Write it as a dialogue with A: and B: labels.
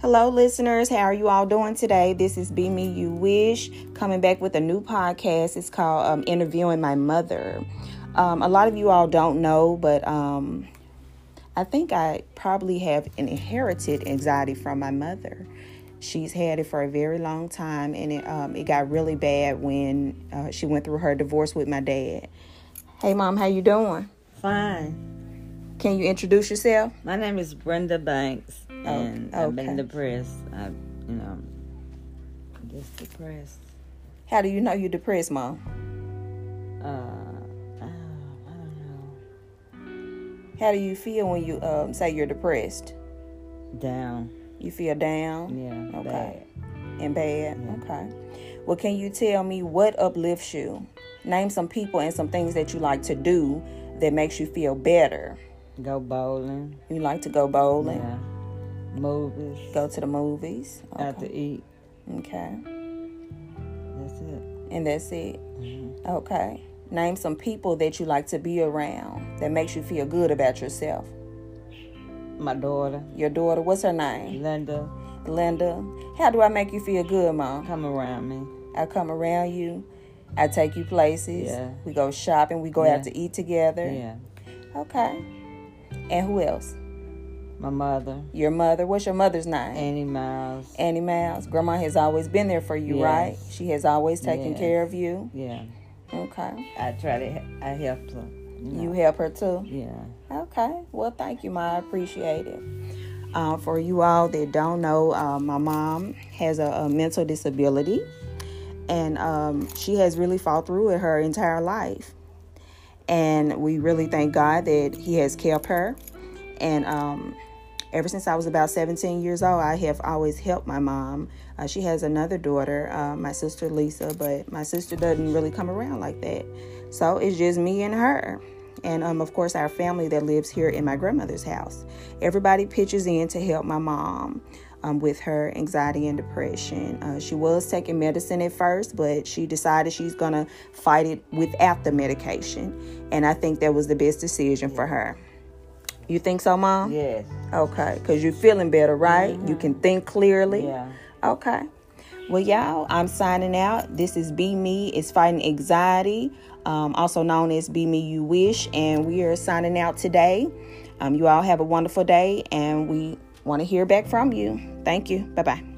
A: Hello, listeners. How are you all doing today? This is Be Me You Wish coming back with a new podcast. It's called um, Interviewing My Mother. Um, a lot of you all don't know, but um, I think I probably have an inherited anxiety from my mother. She's had it for a very long time, and it, um, it got really bad when uh, she went through her divorce with my dad. Hey, mom, how you doing?
B: Fine.
A: Can you introduce yourself?
B: My name is Brenda Banks, and I've been
A: Oh, okay.
B: depressed. I, you know, I'm just depressed.
A: How do you know you're depressed, mom?
B: Uh, oh, I don't
A: How do you feel when you um, say you're depressed?
B: know. Down.
A: You feel down
B: Yeah.
A: Okay. and bad. Okay. Well, can you tell me what uplifts you? Name some people and some things that you like to do that makes you feel better.
B: Bad. Go bowling.
A: You like to go bowling,
B: Yeah. Movies.
A: go to the movies.
B: Out to eat.
A: Okay.
B: That's it.
A: And that's it.
B: Mm-hmm.
A: Okay. Name some people that you like to be around that makes you feel good about yourself.
B: My daughter,
A: Your daughter, what's her name?
B: Linda,
A: Linda. How do I make you feel good, mom?
B: come around me.
A: I come around you. I take you places.
B: Yeah.
A: We go shopping. We go out to eat together.
B: Yeah.
A: Okay. And who else?
B: My mother,
A: Your mother. What's your mother's name?
B: Annie Miles.
A: Annie Miles. Grandma has always been there for you,
B: Yes.
A: right? She has always taken
B: Yes.
A: care of you.
B: Yeah.
A: Okay.
B: I try to. he- I helped her.
A: You help her too.
B: Yeah.
A: Okay. Well, thank you, Ma. I appreciate it. Uh, for you all that don't know, uh, my mom has a, a mental disability, and um, she has really fought through it her entire life. And we really thank God that He has kept her. And um, ever since I was about 17 years old, I have always helped my mom. Uh, she has another daughter, uh, my sister Lisa, but my sister doesn't really come around like that. So it's just me and her. And um, of course, our family that lives here in my grandmother's house. Everybody pitches in to help my mom um, with her anxiety and depression. Uh, she was taking medicine at first, but she decided she's going to fight it without the medication. And I think that was the best decision for her. You think so, Mom?
B: Yes.
A: Okay, because you're feeling better, right? You can think clearly.
B: Yeah.
A: Okay. Well, y'all, I'm signing out. This is Be Me. It's Fighting Anxiety, um, also known as Be Me You Wish. And we are signing out today. Um, you all have a wonderful day, and we want to hear back from you. Thank you. Bye bye.